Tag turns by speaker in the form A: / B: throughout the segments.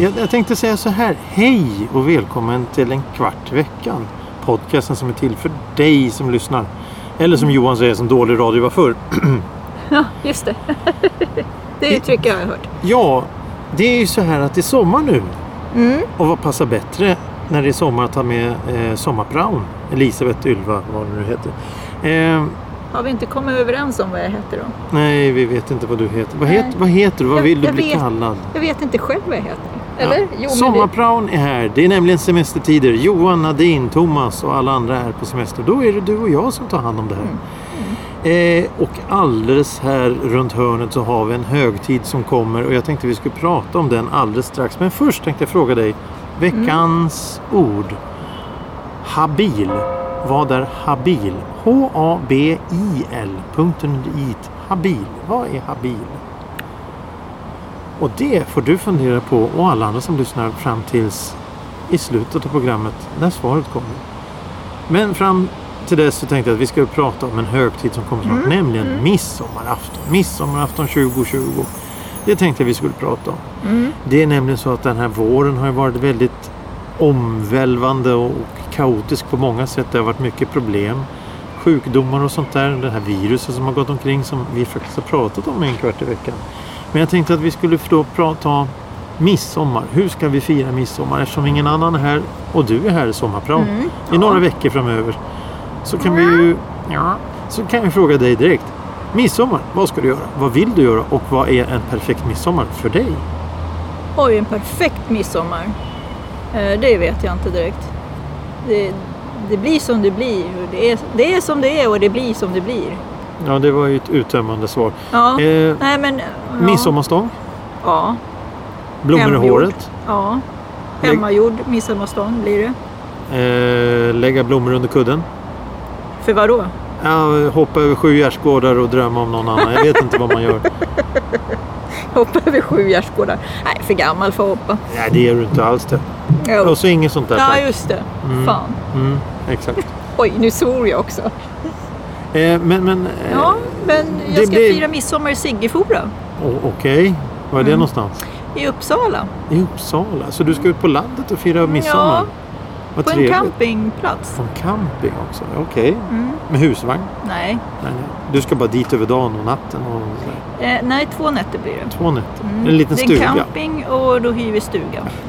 A: Jag, jag tänkte säga så här. Hej och välkommen till en kvart i veckan. Podcasten som är till för dig som lyssnar. Eller som Johan säger som dålig radio var förr.
B: Ja, just det. det uttrycket har jag hört.
A: Ja, det är ju så här att det är sommar nu.
B: Mm.
A: Och vad passar bättre när det är sommar att ta med eh, sommarpraon? Elisabeth Ylva, vad hon nu heter. Eh,
B: Har vi inte kommit överens om vad jag heter då?
A: nej, vi vet inte vad du heter. Vad,
B: Nej.
A: het, vad heter du? Vad
B: Jag-
A: vill du
B: jag
A: bli
B: vet.
A: kallad?
B: Jag vet inte själv vad jag heter. Eller?
A: Ja.
B: Jo, men
A: Sommarpraon är här. Det är nämligen semestertider. Johan, Nadine, Thomas och alla andra är på semester. Då är det du och jag som tar hand om det här. Eh, och alldeles här runt hörnet så har vi en högtid som kommer och jag tänkte vi skulle prata om den alldeles strax. Men först tänkte jag fråga dig. Veckans ord. Habil. Vad är habil? H-A-B-I-L. Punkten under it. Habil. Vad är habil? Och det får du fundera på och alla andra som lyssnar fram tills i slutet av programmet när svaret kommer. Men fram till dess så tänkte jag att vi ska prata om en högtid som kommer snart, nämligen midsommarafton. Midsommarafton 2020. Det tänkte jag vi skulle prata om. Det är nämligen så att den här våren har ju varit väldigt omvälvande och kaotisk på många sätt. Det har varit mycket problem. Sjukdomar och sånt där. Det här viruset som har gått omkring som vi faktiskt har pratat om i en kvart i veckan. Men jag tänkte att vi skulle då prata midsommar. Hur ska vi fira midsommar? Eftersom ingen annan är här och du är här i sommarprat i några veckor framöver. Så kan vi ju ja, så kan jag fråga dig direkt. Midsommar, vad ska du göra? Vad vill du göra? Och vad är en perfekt midsommar för dig?
B: det- Oj, en perfekt midsommar. Eh, Det vet jag inte direkt. Det, det blir som det blir. och Det är, det är som det är och det blir som det blir.
A: Ja, det var ju ett uttömmande svar.
B: Ja.
A: Eh,
B: Nej, men... Ja.
A: Midsommarstång,
B: Ja.
A: blommor i
B: Hemgjord.
A: håret,
B: ja.
A: Lägg-
B: Hemmagjord midsommarstånd blir det.
A: eh, lägga blommor under kudden,
B: För vad då?
A: ja, hoppa över sju gärdsgårdar och drömma om någon annan. Jag vet inte vad man gör.
B: Hoppa över sju gärdsgårdar. Nej, för gammal för att hoppa.
A: Nej, det gör du inte alls det.
B: Jo.
A: Och så inget sånt där.
B: Ja,
A: tack.
B: just det. Fan.
A: Mm, exakt.
B: Oj, nu svor jag också.
A: Eh, men, men... Eh,
B: Ja, men jag
A: det
B: ska
A: blir-
B: fira midsommar i Siggefora
A: o- Okej, var är
B: Mm.
A: det någonstans?
B: i Uppsala.
A: I Uppsala? Så du ska ut på landet och fira midsommar?
B: Ja,
A: Vad
B: på en
A: trevligt.
B: campingplats. Mm,
A: På en camping också? Okej. Med husvagn?
B: Nej.
A: Nej, nej. Du ska bara dit över dagen och natten och sådär.
B: Eh, nej, två nätter blir det.
A: två nätter?
B: Mm.
A: En liten
B: det är
A: stuga?
B: en camping och då hyr vi stuga.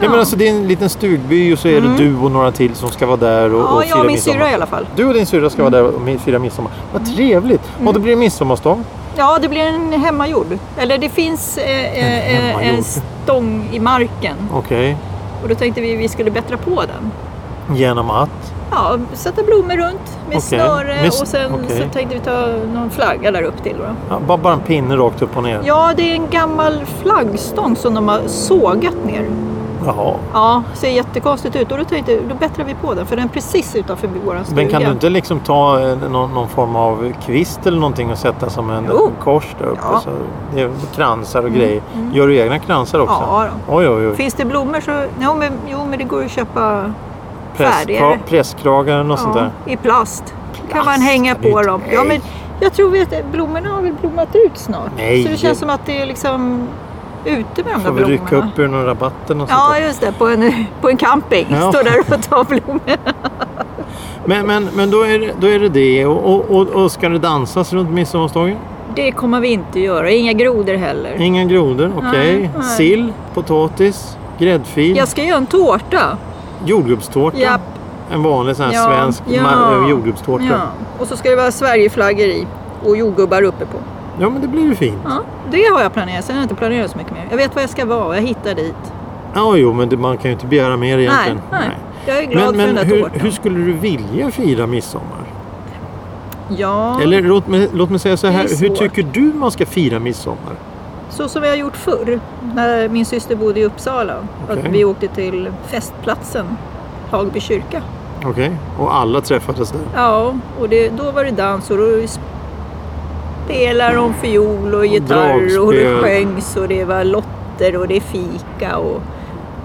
A: Nej, men alltså, det är en liten stugby och så är det du och några till som ska vara där och, och
B: Mm. ja, jag
A: fira
B: och min
A: midsommar.
B: syrra i alla fall.
A: Du och din syrra ska vara där och mi- fira midsommar. Vad trevligt!
B: Mm.
A: Och då blir det midsommarstång.
B: Ja, det blir en hemmagjord. Eller det finns eh, eh, eh,
A: hemmagjord.
B: en stång i marken
A: Okej.
B: och då tänkte vi vi skulle bättra på den.
A: Genom att?
B: Ja, sätta blommor runt med
A: Okej.
B: snöre
A: Med s-
B: och sen
A: okej.
B: så tänkte vi ta någon flagga där upp till. Då.
A: Ja, bara, bara en pinne rakt upp och ner?
B: Ja, det är en gammal flaggstång som de har sågat ner.
A: Jaha.
B: Ja, ser jättekonstigt ut. Och då, tänkte, då bättrar vi på den, för den är precis utanför vår stuga.
A: Men kan du inte liksom ta eh, någon, någon form av kvist eller någonting och sätta som en
B: Jo.
A: en kors där uppe?
B: Oh. Ja. Mm,
A: Så det är kransar och grejer. Gör du egna kransar också?
B: Ja
A: Oj, oj, oj.
B: Finns det blommor så... Jo men, jo, men det går ju att köpa
A: Presskra-
B: färdigare.
A: presskragar och sånt där.
B: ja, i plast. kan man
A: Plast,
B: hänga
A: det är
B: på
A: ju-
B: dem.
A: nej.
B: Ja, men jag tror att blommorna har väl blommat ut snart.
A: Nej.
B: Så det känns som att det är liksom ute med de
A: Får
B: där
A: vi
B: blommorna.
A: rycka upp ur några rabatter och sånt
B: Ja,
A: där.
B: just det. På en, på en camping.
A: Ja.
B: Står där och tar blommor.
A: Men, men, men då, är det, då är det det. Och, och, och, och ska det dansas runt midsommarstången?
B: Det kommer vi inte göra. Inga grodor heller.
A: Inga grodor, okej.
B: Nej, nej.
A: Sill, potatis, gräddfil,
B: Jag ska göra en tårta.
A: jordgubbstårta.
B: Japp.
A: En vanlig sån här
B: Ja,
A: svensk
B: ja.
A: mar- jordgubbstårta.
B: Ja.
A: Ja.
B: Och så ska det vara Sverigeflaggor i och jordgubbar uppe på.
A: men det blir ju fint.
B: Ja, det har jag planerat. Sen har jag inte planerat så mycket mer. Jag vet vad jag ska vara. Jag hittar dit.
A: Ja, jo, men det, man kan ju inte begära mer egentligen.
B: Nej, nej. Jag är glad
A: Men,
B: för
A: men
B: den där
A: hur,
B: tårtan.
A: hur skulle du vilja fira midsommar?
B: Ja,
A: Eller låt mig, låt mig säga så
B: Det är
A: här, hur
B: svårt.
A: tycker du man ska fira midsommar?
B: så som jag har gjort förr. När min syster bodde i Uppsala.
A: Okej.
B: Att vi åkte till festplatsen Hagby kyrka.
A: Okej, och alla träffades där.
B: Ja, och det, då var det dans och då s- spelar de fiol och gitarr och, det
A: dragspel.
B: sjöngs och det var lotter och det är fika och...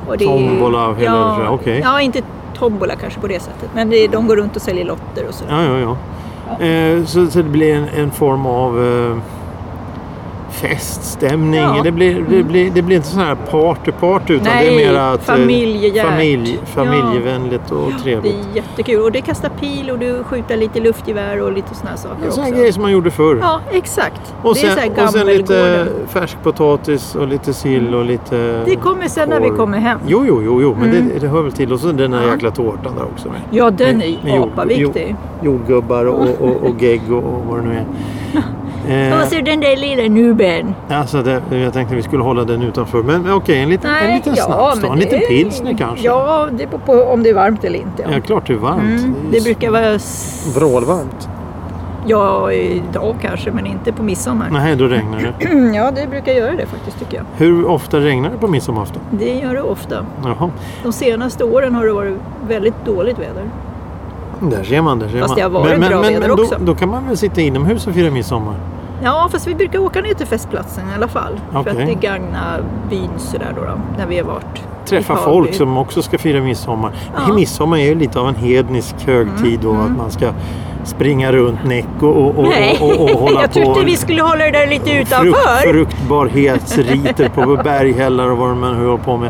B: och det är-
A: Tombola och hela det där,
B: ja,
A: okej.
B: ja, inte tombola kanske på det sättet. Men det, de går runt och säljer lotter och så.
A: Ja, ja, ja. Eh, så, så det blir en, en form av eh, feststämning.
B: Ja. Mm.
A: Det, blir, det, blir, det blir inte sån här party-party utan
B: Nej,
A: det är mer att eh,
B: familjejärt.
A: familj,
B: Ja.
A: familjevänligt och
B: Det
A: trevligt.
B: är jättekul. Och det kastar pil och du skjuter lite luftgevär och lite sådana saker
A: En sån här
B: också.
A: grej som man gjorde förr.
B: Ja, exakt.
A: Och
B: det är så
A: sen,
B: här
A: och sen lite
B: gammelgården.
A: färskpotatis och lite sill och lite...
B: Det kommer sen när vi
A: korv.
B: kommer hem.
A: Jo, jo, jo, jo men
B: Mm.
A: det, det hör väl till. Och så den där
B: Ja.
A: jäkla tårtan där också. Med.
B: Ja, den
A: Med-
B: är
A: med
B: ju
A: jord-
B: apaviktig.
A: Jordgubbar och, och, och gegg och, och vad det nu är.
B: Och så den där lilla nuben.
A: Alltså det, jag tänkte vi skulle hålla den utanför. Men okej, en liten, en liten snaps då.
B: men
A: En liten
B: det är-
A: pilsner kanske.
B: Ja, det beror på om det är varmt eller inte.
A: Ja, klart det är varmt.
B: Mm,
A: Det
B: det
A: är ju
B: brukar vara... s-
A: vrålvarmt.
B: Ja, idag kanske, men inte på midsommar.
A: Nej, då regnar det.
B: Ja, det brukar göra det faktiskt tycker jag.
A: Hur ofta regnar det på midsommarafton?
B: Det gör det ofta.
A: Jaha,
B: De senaste åren har det varit väldigt dåligt väder.
A: där ser man. Där ser
B: Fast
A: man.
B: det har varit
A: men, men,
B: bra
A: men,
B: väder
A: men då,
B: också.
A: då kan man väl sitta inomhus och fira midsommar?
B: Ja, fast vi brukar åka ner till festplatsen i alla fall. För
A: Okej.
B: att det gagnar byn sådär då, då när vi har varit.
A: Träffa
B: i Hagby.
A: folk som också ska fira midsommar.
B: Ja. Mm,
A: Midsommar är ju lite av en hednisk högtid då. Att man ska springa runt näck och, och, och,
B: Nej,
A: och, och, och hålla på.
B: jag tyckte vi skulle hålla det där lite utanför.
A: Frukt, fruktbarhetsriter på berghällar och vad man nu håller på med.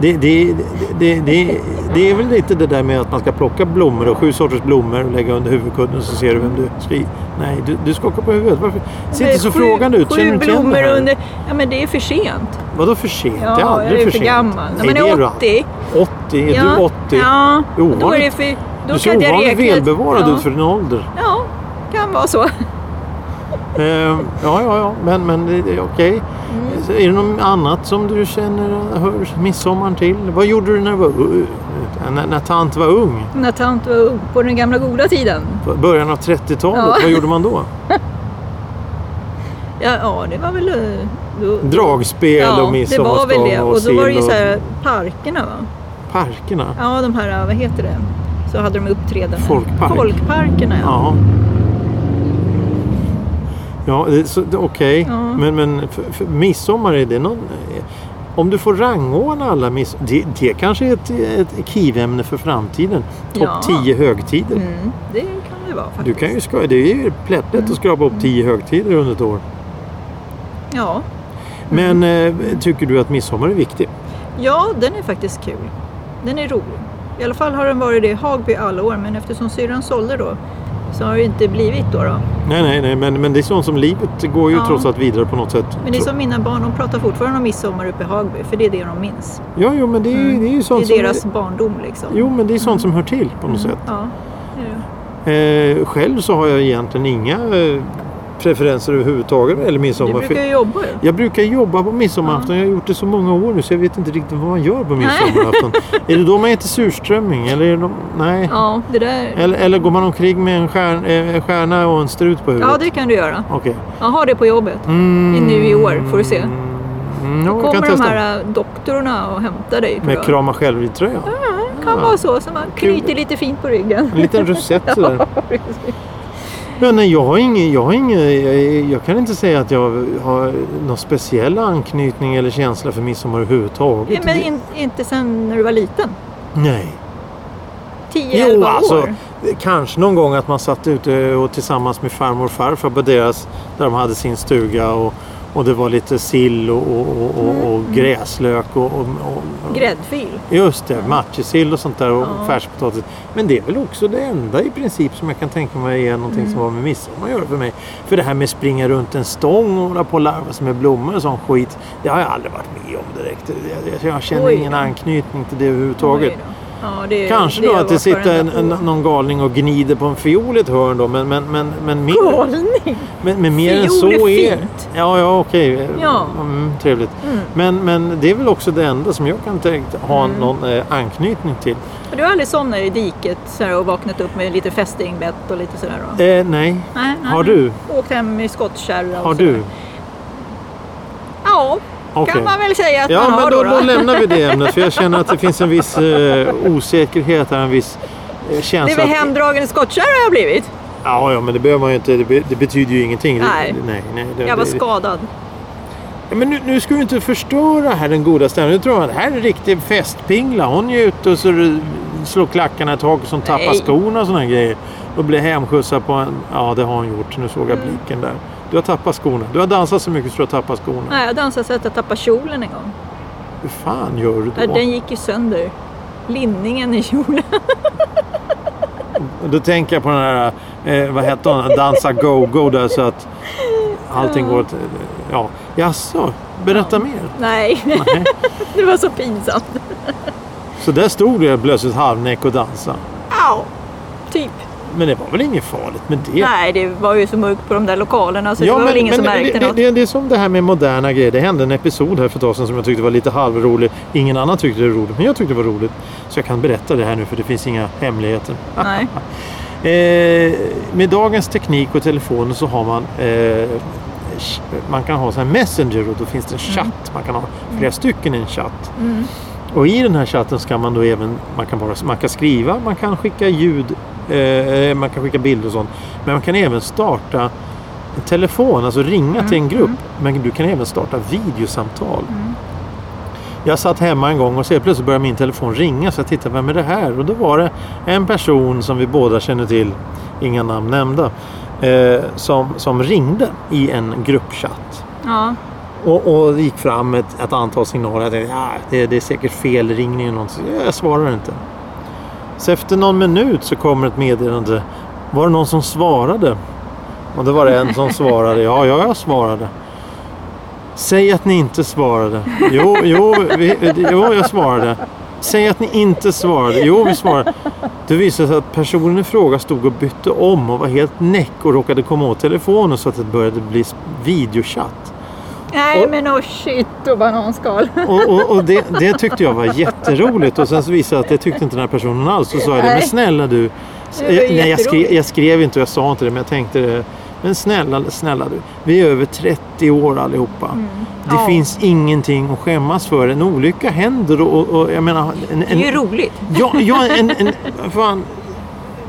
A: Det, det, det, det, det är väl lite det där med att man ska plocka blommor och sju sorters blommor och lägga under huvudkudden så ser du vem du ska i. Nej, du, du skakar på huvudet. Varför? Ser inte så
B: Sju-
A: frågande ut. Känner du
B: Sju
A: inte igen det
B: blommor
A: här?
B: under... Ja, men det är för sent.
A: Vadå för sent? det är
B: Ja,
A: aldrig
B: jag är
A: för
B: för
A: sent.
B: gammal.
A: Nej,
B: men
A: det är
B: är
A: du
B: 80.
A: 80? Är
B: ja.
A: du 80?
B: Ja,
A: Det är ovanligt.
B: då är det för... Då
A: du ser
B: kan jag
A: ovanligt
B: räkna-
A: välbevarad
B: ja.
A: ut för din ålder.
B: Ja, kan vara så.
A: Eh, ja, ja, ja, men, men det, det är okej.
B: Mm.
A: Så Är det något annat som du känner hör midsommaren till? Vad gjorde du när, du var, u- när, när tant var ung?
B: När tant var ung, på den gamla goda tiden.
A: På Början av 30-talet,
B: Ja.
A: vad gjorde man då?
B: Ja, ja det var väl... eh, Då...
A: Dragspel och
B: Ja, det var
A: midsommarstång
B: väl det.
A: och
B: Och då var det
A: sill
B: ju så
A: och
B: här, parkerna va?
A: parkerna.
B: Ja, de här, vad heter det? Så hade de uppträdanden.
A: Folkpark.
B: Folkparkerna, ja.
A: Ja. Ja, det- så- det- okej.
B: Ja.
A: Men, men för, för midsommar, är det någon... eh, Om du får rangordna alla midsommar... Det, det kanske är ett, ett kivämne för framtiden. Topp
B: Ja.
A: 10 högtider.
B: Mm, det kan det vara faktiskt.
A: Du kan ju ska, det är ju plättlätt att skrapa upp 10 högtider under ett år.
B: Ja.
A: Men
B: Mm.
A: eh, tycker du att midsommar är viktig?
B: ja, den är faktiskt kul. Den är rolig. I alla fall har den varit det i Hagby alla år, men eftersom syrran sålde då så har det inte blivit då. då.
A: Nej, nej, nej, men, men det är sånt som livet det går ju
B: Ja.
A: trots allt vidare på något sätt.
B: Men det är som mina barn, de pratar fortfarande om midsommar uppe i Hagby, för det är det de minns.
A: Ja, jo, men det är, ju- det är ju sånt
B: Mm. det är deras Mm.
A: som...
B: barndom liksom.
A: Jo, men det är sånt som hör till på något sätt.
B: Ja, det är det.
A: Eh, själv så har jag egentligen inga eh, preferenser överhuvudtaget eller
B: Du
A: midsommar. för-
B: brukar ju jobba ju.
A: Jag brukar jobba på midsommarafton. Jag har gjort det så många år nu så jag vet inte riktigt vad man gör på midsommarafton. är det då man äter surströmming? Eller är det då... Nej.
B: Ja, det där.
A: Eller, eller går man omkring med en stjärn, eh, en stjärna och en strut på huvudet?
B: Ja, det kan du göra.
A: Okej.
B: Ja, ha det på jobbet.
A: Mm.
B: Nu i år, får du se.
A: Mm,
B: Då
A: ja, jag kan
B: kommer de
A: testa.
B: här äh, doktorerna och hämtar dig. tror
A: Med
B: jag.
A: krama själv-tröja.
B: Det kan vara så, så man knyter lite fint på ryggen.
A: En liten rosett sådär. Ja, nej, jag, har ingen, jag, har ingen, jag, jag kan inte säga att jag har någon speciell anknytning eller känsla för midsommar överhuvudtaget.
B: Men in, inte sen när du var liten?
A: Nej.
B: 10-11
A: Jo,
B: år?
A: alltså. Kanske någon gång att man satt ute och tillsammans med farmor och farfar på deras, där de hade sin stuga och, och det var lite sill och, och, och,
B: Mm.
A: och, och gräslök och, och, och
B: Gräddfil?
A: Just det, matjessill och sånt där och
B: Ja.
A: färskpotatis. Men det är väl också det enda i princip som jag kan tänka mig är någonting
B: Mm.
A: som har med midsommar att göra för mig. För det här med springa runt en stång och hålla på och larva sig med blommor och sån skit. Det har jag aldrig varit med om direkt. Jag, jag, jag känner
B: Oj.
A: ingen anknytning till det överhuvudtaget.
B: Oj då. Ja, det,
A: Kanske då
B: har
A: att det
B: varit
A: sitter en,
B: varenda
A: en,
B: år.
A: någon galning och gnider på en fiol i ett hörn då. Men, men, men, men mer,
B: Galning?
A: men, men mer än
B: Fiol
A: så
B: är
A: är
B: fint.
A: Ja, ja okej.
B: Ja.
A: Mm, trevligt.
B: Mm.
A: Men, men det är väl också det enda som jag kan tänka, ha någon eh, anknytning till.
B: Du har aldrig somnat i diket så här, och vaknat upp med lite fästingbett och lite sådär? Då.
A: Eh, nej.
B: Nej, nej,
A: Har
B: nej.
A: du?
B: Åkt hem i skottkärra och
A: Har
B: sådär.
A: du?
B: Ja,
A: Okej.
B: kan man väl säga att
A: Ja,
B: man
A: men
B: har
A: då,
B: då.
A: då lämnar vi det ämnet för jag känner att det finns en viss eh, osäkerhet här, en viss eh,
B: Det är
A: känsla.
B: väl
A: att-
B: hemdragen skottkärra jag har blivit?
A: Ja, ja, men det behöver man ju inte. Det, be, det betyder ju ingenting.
B: Nej.
A: Det, nej, nej, det,
B: Jag var
A: det-
B: skadad.
A: Ja, Men nu, nu ska du inte förstöra här den goda stämningen. Nu tror man det här är en riktig festpingla. Hon är ute och så slår klackarna i taket som tappar
B: Nej.
A: skorna och sådana grejer. Och blir hemskjutsad på en... Ja, det har hon gjort. Nu såg
B: Mm.
A: jag blicken där. Du har tappat skorna. Du har dansat så mycket så du har tappat skorna.
B: Nej, jag dansade så att jag tappade kjolen en gång.
A: Hur fan gör du då?
B: Ja, Den gick ju sönder. Linningen i kjolen.
A: Då tänker jag på den här, eh, vad hette hon, Dansa Go-Go där så att allting går åt... eh, Ja, jaså, berätta mer.
B: Nej,
A: Nej.
B: det var så pinsamt.
A: Så där stod du plötsligt halvnäck och dansade.
B: Au! Typ.
A: Men det var väl inget farligt med det?
B: Nej, det var ju så mörkt på de där lokalerna så Typ, det var väl ingen som märkte
A: det,
B: något.
A: Det, det, det är som det här med moderna grejer. Det hände en episod här för ett tag sedan som jag tyckte var lite halvrolig. Ingen annan tyckte det var roligt, men jag tyckte det var roligt. Så jag kan berätta det här nu för det finns inga hemligheter.
B: Nej.
A: Eh, med dagens teknik och telefoner så har man eh, ch- man kan ha så här Messenger och då finns det en chatt. Man kan ha flera stycken i en chatt.
B: Mm.
A: Och i den här chatten ska man då även man kan, bara, man kan skriva, man kan skicka ljud, eh, man kan skicka bilder och sånt. Men man kan även starta en telefon, alltså ringa till en grupp. Men du kan även starta videosamtal. Jag satt hemma en gång och så helt plötsligt började min telefon ringa så jag tittade, vem är det här? Och då var det en person som vi båda känner till, inga namn nämnda, eh, som, som ringde i en gruppchatt.
B: Ja.
A: Och, och det gick fram ett, ett antal signaler. Jag tänkte, ja, det, det är säkert felringning eller något. Så Jag svarar inte. Så efter någon minut så kommer ett meddelande. Var det någon som svarade? Och det var det en som svarade. Ja, ja, jag svarade. Säg att ni inte svarade. Jo, jo, vi, jo, jag svarade. Säg att ni inte svarade. Jo, vi svarade. Det visade sig att personen i fråga stod och bytte om och var helt näck och råkade komma åt telefonen så att det började bli videochatt.
B: Nej,
A: Och-
B: men oh shit och bananskal.
A: Och, och, och det, det tyckte jag var jätteroligt och sen så visade det att det tyckte inte den här personen alls. Och så sa jag det, men
B: Nej.
A: snälla du.
B: Det var
A: Jag, nej, jag, skrev,
B: jätteroligt.
A: jag skrev inte och jag sa inte det, men jag tänkte det. Men snälla, snälla du. Vi är över 30 år allihopa. Det
B: Mm. Ja.
A: finns ingenting att skämmas för. En olycka händer och, och, och jag menar... En,
B: Det är ju
A: en,
B: roligt.
A: ja, ja, en, en, fan.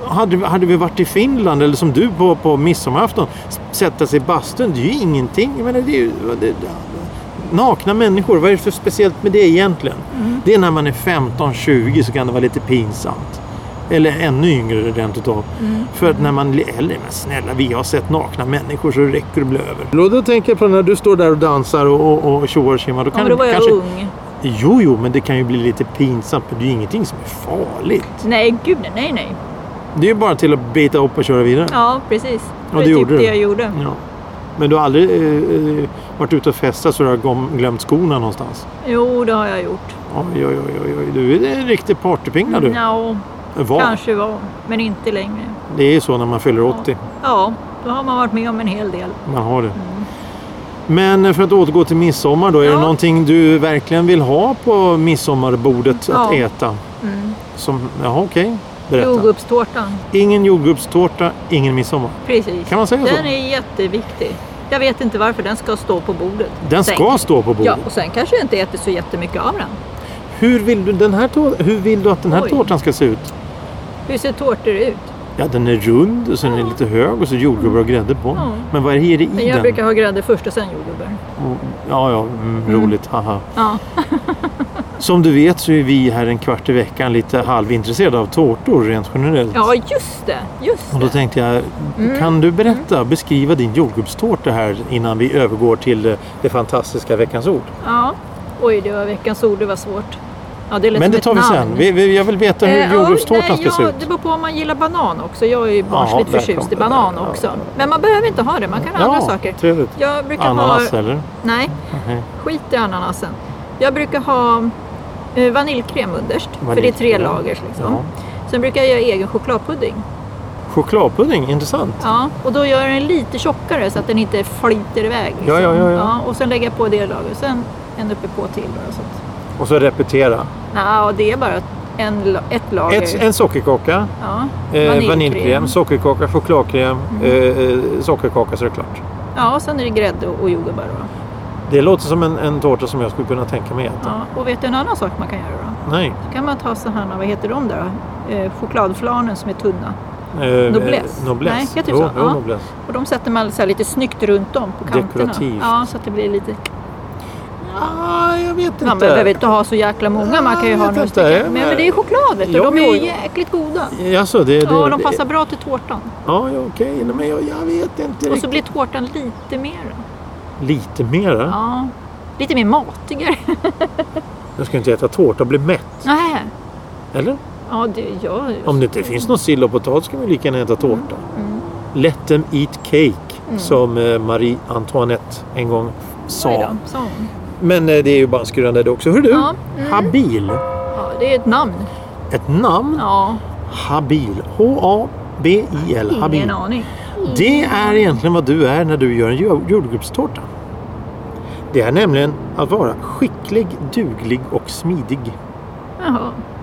A: Hade, hade vi varit i Finland eller som du på, på midsommarafton, s- sätta sig i bastun, det är ju ingenting. Jag menar, det är ju, det, det, nakna människor, vad är det för speciellt med det egentligen?
B: Mm.
A: Det är när man är 15-20 så kan det vara lite pinsamt. Eller ännu yngre rent utav.
B: Mm.
A: För att när man blir äldre, men snälla vi har sett nakna människor så det räcker och blir över. Och då tänker jag på när du står där och dansar och, och, och tjoar och tjimmar. Då
B: Ja,
A: kan
B: men då var
A: det
B: jag
A: kanske...
B: ung.
A: Jo, jo, men det kan ju bli lite pinsamt. Men det är ju ingenting som är farligt.
B: Nej, gud nej, nej, nej.
A: Det är ju bara till att bita upp och köra vidare.
B: Ja, precis.
A: Ja,
B: det
A: det
B: är typ
A: gjorde
B: det
A: du. Mm.
B: jag gjorde.
A: Ja. Men du har aldrig eh, eh, varit ute och festat så du har gom- glömt skorna någonstans?
B: Jo, det har jag gjort.
A: Oj, oj, oj, oj, oj. Du är en riktig partypinga du.
B: Ja,
A: Var.
B: kanske var, men inte längre.
A: Det är så när man fyller 80.
B: Ja, då har man varit med om en hel del.
A: Man har det. Men eh, för att återgå till midsommar då. Är det
B: Mm. Ja.
A: någonting du verkligen vill ha på midsommarbordet att
B: Ja.
A: äta?
B: Mm.
A: Som, jaha, okej. Berätta.
B: Jordgubbstårtan,
A: Ingen jordgubbstårta, ingen midsommar.
B: precis.
A: Kan man säga så?
B: den är jätteviktig. Jag vet inte varför den ska stå på bordet.
A: Den
B: Sen-
A: ska stå på bordet.
B: Ja, och sen kanske jag inte äter så jättemycket av den.
A: Hur, vill du den här tå- hur vill du att den här
B: Oj.
A: tårtan ska se ut?
B: Hur ser tårtor ut?
A: Ja, den är rund och sen är den lite hög och så jordgubbar och grädde på.
B: Ja.
A: Men vad är det i
B: Men jag
A: den?
B: brukar ha grädde först och sen jordgubbar.
A: Och- Ja, ja, mm, roligt, haha.
B: Ja,
A: Som du vet så är vi här en kvart i veckan lite halvintresserade av tårtor rent generellt.
B: ja just det. Just
A: Och då
B: det. Mm.
A: tänkte jag, kan du berätta, beskriva din jordgubbstårta här innan vi övergår till eh, det fantastiska veckans ord?
B: Ja. Oj, det var veckans ord. Det var svårt. Ja, det lät
A: Men
B: som
A: det
B: ett
A: tar vi
B: namn.
A: sen. Vi, vi, jag vill veta hur
B: Eh,
A: jordgubbstårtan
B: ja,
A: ska se
B: ja,
A: ut.
B: Det beror på om man gillar banan också. Jag är ju barnsligt
A: där kom
B: förtjust
A: det
B: i
A: där.
B: banan
A: Ja.
B: också. Men man behöver inte ha det. Man kan ha andra saker.
A: trevligt.
B: Jag brukar
A: Ananas
B: ha...
A: eller?
B: Nej,
A: Nej.
B: skit i ananasen. Jag brukar ha eh, vaniljkräm underst. För det är tre
A: Vaniljkräm.
B: lagers liksom.
A: Ja.
B: Sen brukar jag göra egen chokladpudding.
A: Chokladpudding, intressant.
B: Ja, och då gör jag den lite tjockare så att den inte flyter iväg. liksom.
A: Ja, ja, ja, ja.
B: och sen lägger jag på det lager. Sen en uppe på till bara. Så att...
A: Och så repetera.
B: Nja, och det är bara en, la- ett lager.
A: Ett, en sockerkaka,
B: Ja,
A: eh, vaniljkräm, sockerkaka, chokladkräm,
B: Mm.
A: eh, eh, sockerkaka så är det klart.
B: Ja, och sen är det grädde och och jordgubbar. Då.
A: Det låter som en, en tårta som jag skulle kunna tänka mig äta.
B: Ja, och vet du en annan sak man kan göra då?
A: Nej.
B: Då kan man ta så här, vad heter de där då? Eh, chokladflanen som är tunna.
A: Eh,
B: Nobless?
A: Nobless.
B: Nej, heter det
A: jo,
B: så?
A: Jo,
B: Ja.
A: nobless.
B: Och de sätter man så här lite snyggt runt om på kanterna.
A: Dekorativt.
B: Ja, så att det blir lite...
A: Ah, jag vet inte.
B: Man behöver inte ha så jäkla många, man kan ju
A: Jag
B: ha
A: vet
B: några
A: inte, jag
B: stycken. Men,
A: menar-
B: men det är choklad vet du.
A: Ja,
B: de är ju
A: jo,
B: jäkligt goda.
A: Jaså, det, det,
B: Ja, och de
A: det-
B: passar bra till tårtan.
A: Ja, ja, okej. Nej, Men jag, jag vet inte
B: Och så
A: riktigt.
B: blir tårtan lite mer.
A: Lite mera.
B: Ja, lite mer matigare.
A: Jag ska inte äta tårta och bli mätt.
B: Nej.
A: Eller?
B: Ja, det gör jag.
A: Om det inte finns någon sill och potatis kan vi lika gärna äta
B: Mm.
A: tårta. Let them eat cake, som eh, Marie Antoinette en gång
B: Oj
A: sa.
B: då, sån.
A: Men eh, det är ju bandskurande det också. Hör du?
B: Ja, Mm.
A: Habil.
B: Ja, det är ett namn.
A: Ett namn.
B: Ja,
A: Habil. H-A-B-I-L.
B: ingen
A: Habil.
B: aning.
A: Det är egentligen vad du är när du gör en jord- jordgubbstårta. Det är nämligen att vara skicklig, duglig och smidig.
B: Jaha,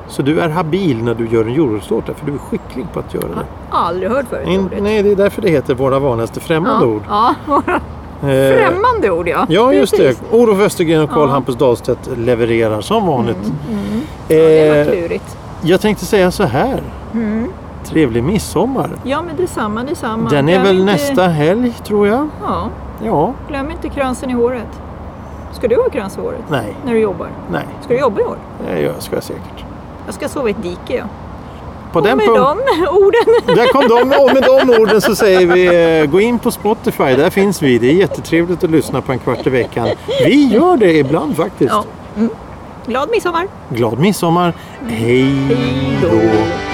A: Så du är habil när du gör en jordgubbstårta för du är skicklig på att göra det.
B: aldrig hört förut.
A: In,
B: ordet.
A: nej, det är därför det heter Våra vanligaste främmande
B: ja,
A: ord.
B: ja, våra
A: Eh,
B: främmande ord ja.
A: Ja, just det.
B: Precis.
A: Olof Östergren och Carl
B: Ja. Mm.
A: Hampus Dahlstedt levererar som vanligt.
B: Det var
A: Eh,
B: klurigt.
A: jag tänkte säga så här.
B: Mm.
A: Trevlig midsommar.
B: Ja, men detsamma, detsamma.
A: Den är
B: Glöm
A: väl
B: inte-
A: nästa helg, tror jag.
B: Ja,
A: Ja,
B: glöm inte kransen i håret. Ska du ha krans i håret?
A: nej,
B: När du jobbar?
A: nej.
B: Ska du jobba i år?
A: Det gör- ska jag säkert.
B: Jag ska sova i ett dike ja.
A: På
B: Och
A: den
B: med
A: punkten.
B: de orden.
A: Där kom de, och med de orden så säger vi eh, gå in på Spotify, där finns vi. Det är jättetrevligt att lyssna på en kvart i veckan. Vi gör det ibland faktiskt.
B: Ja. Mm. Glad midsommar!
A: Glad midsommar. Hej då.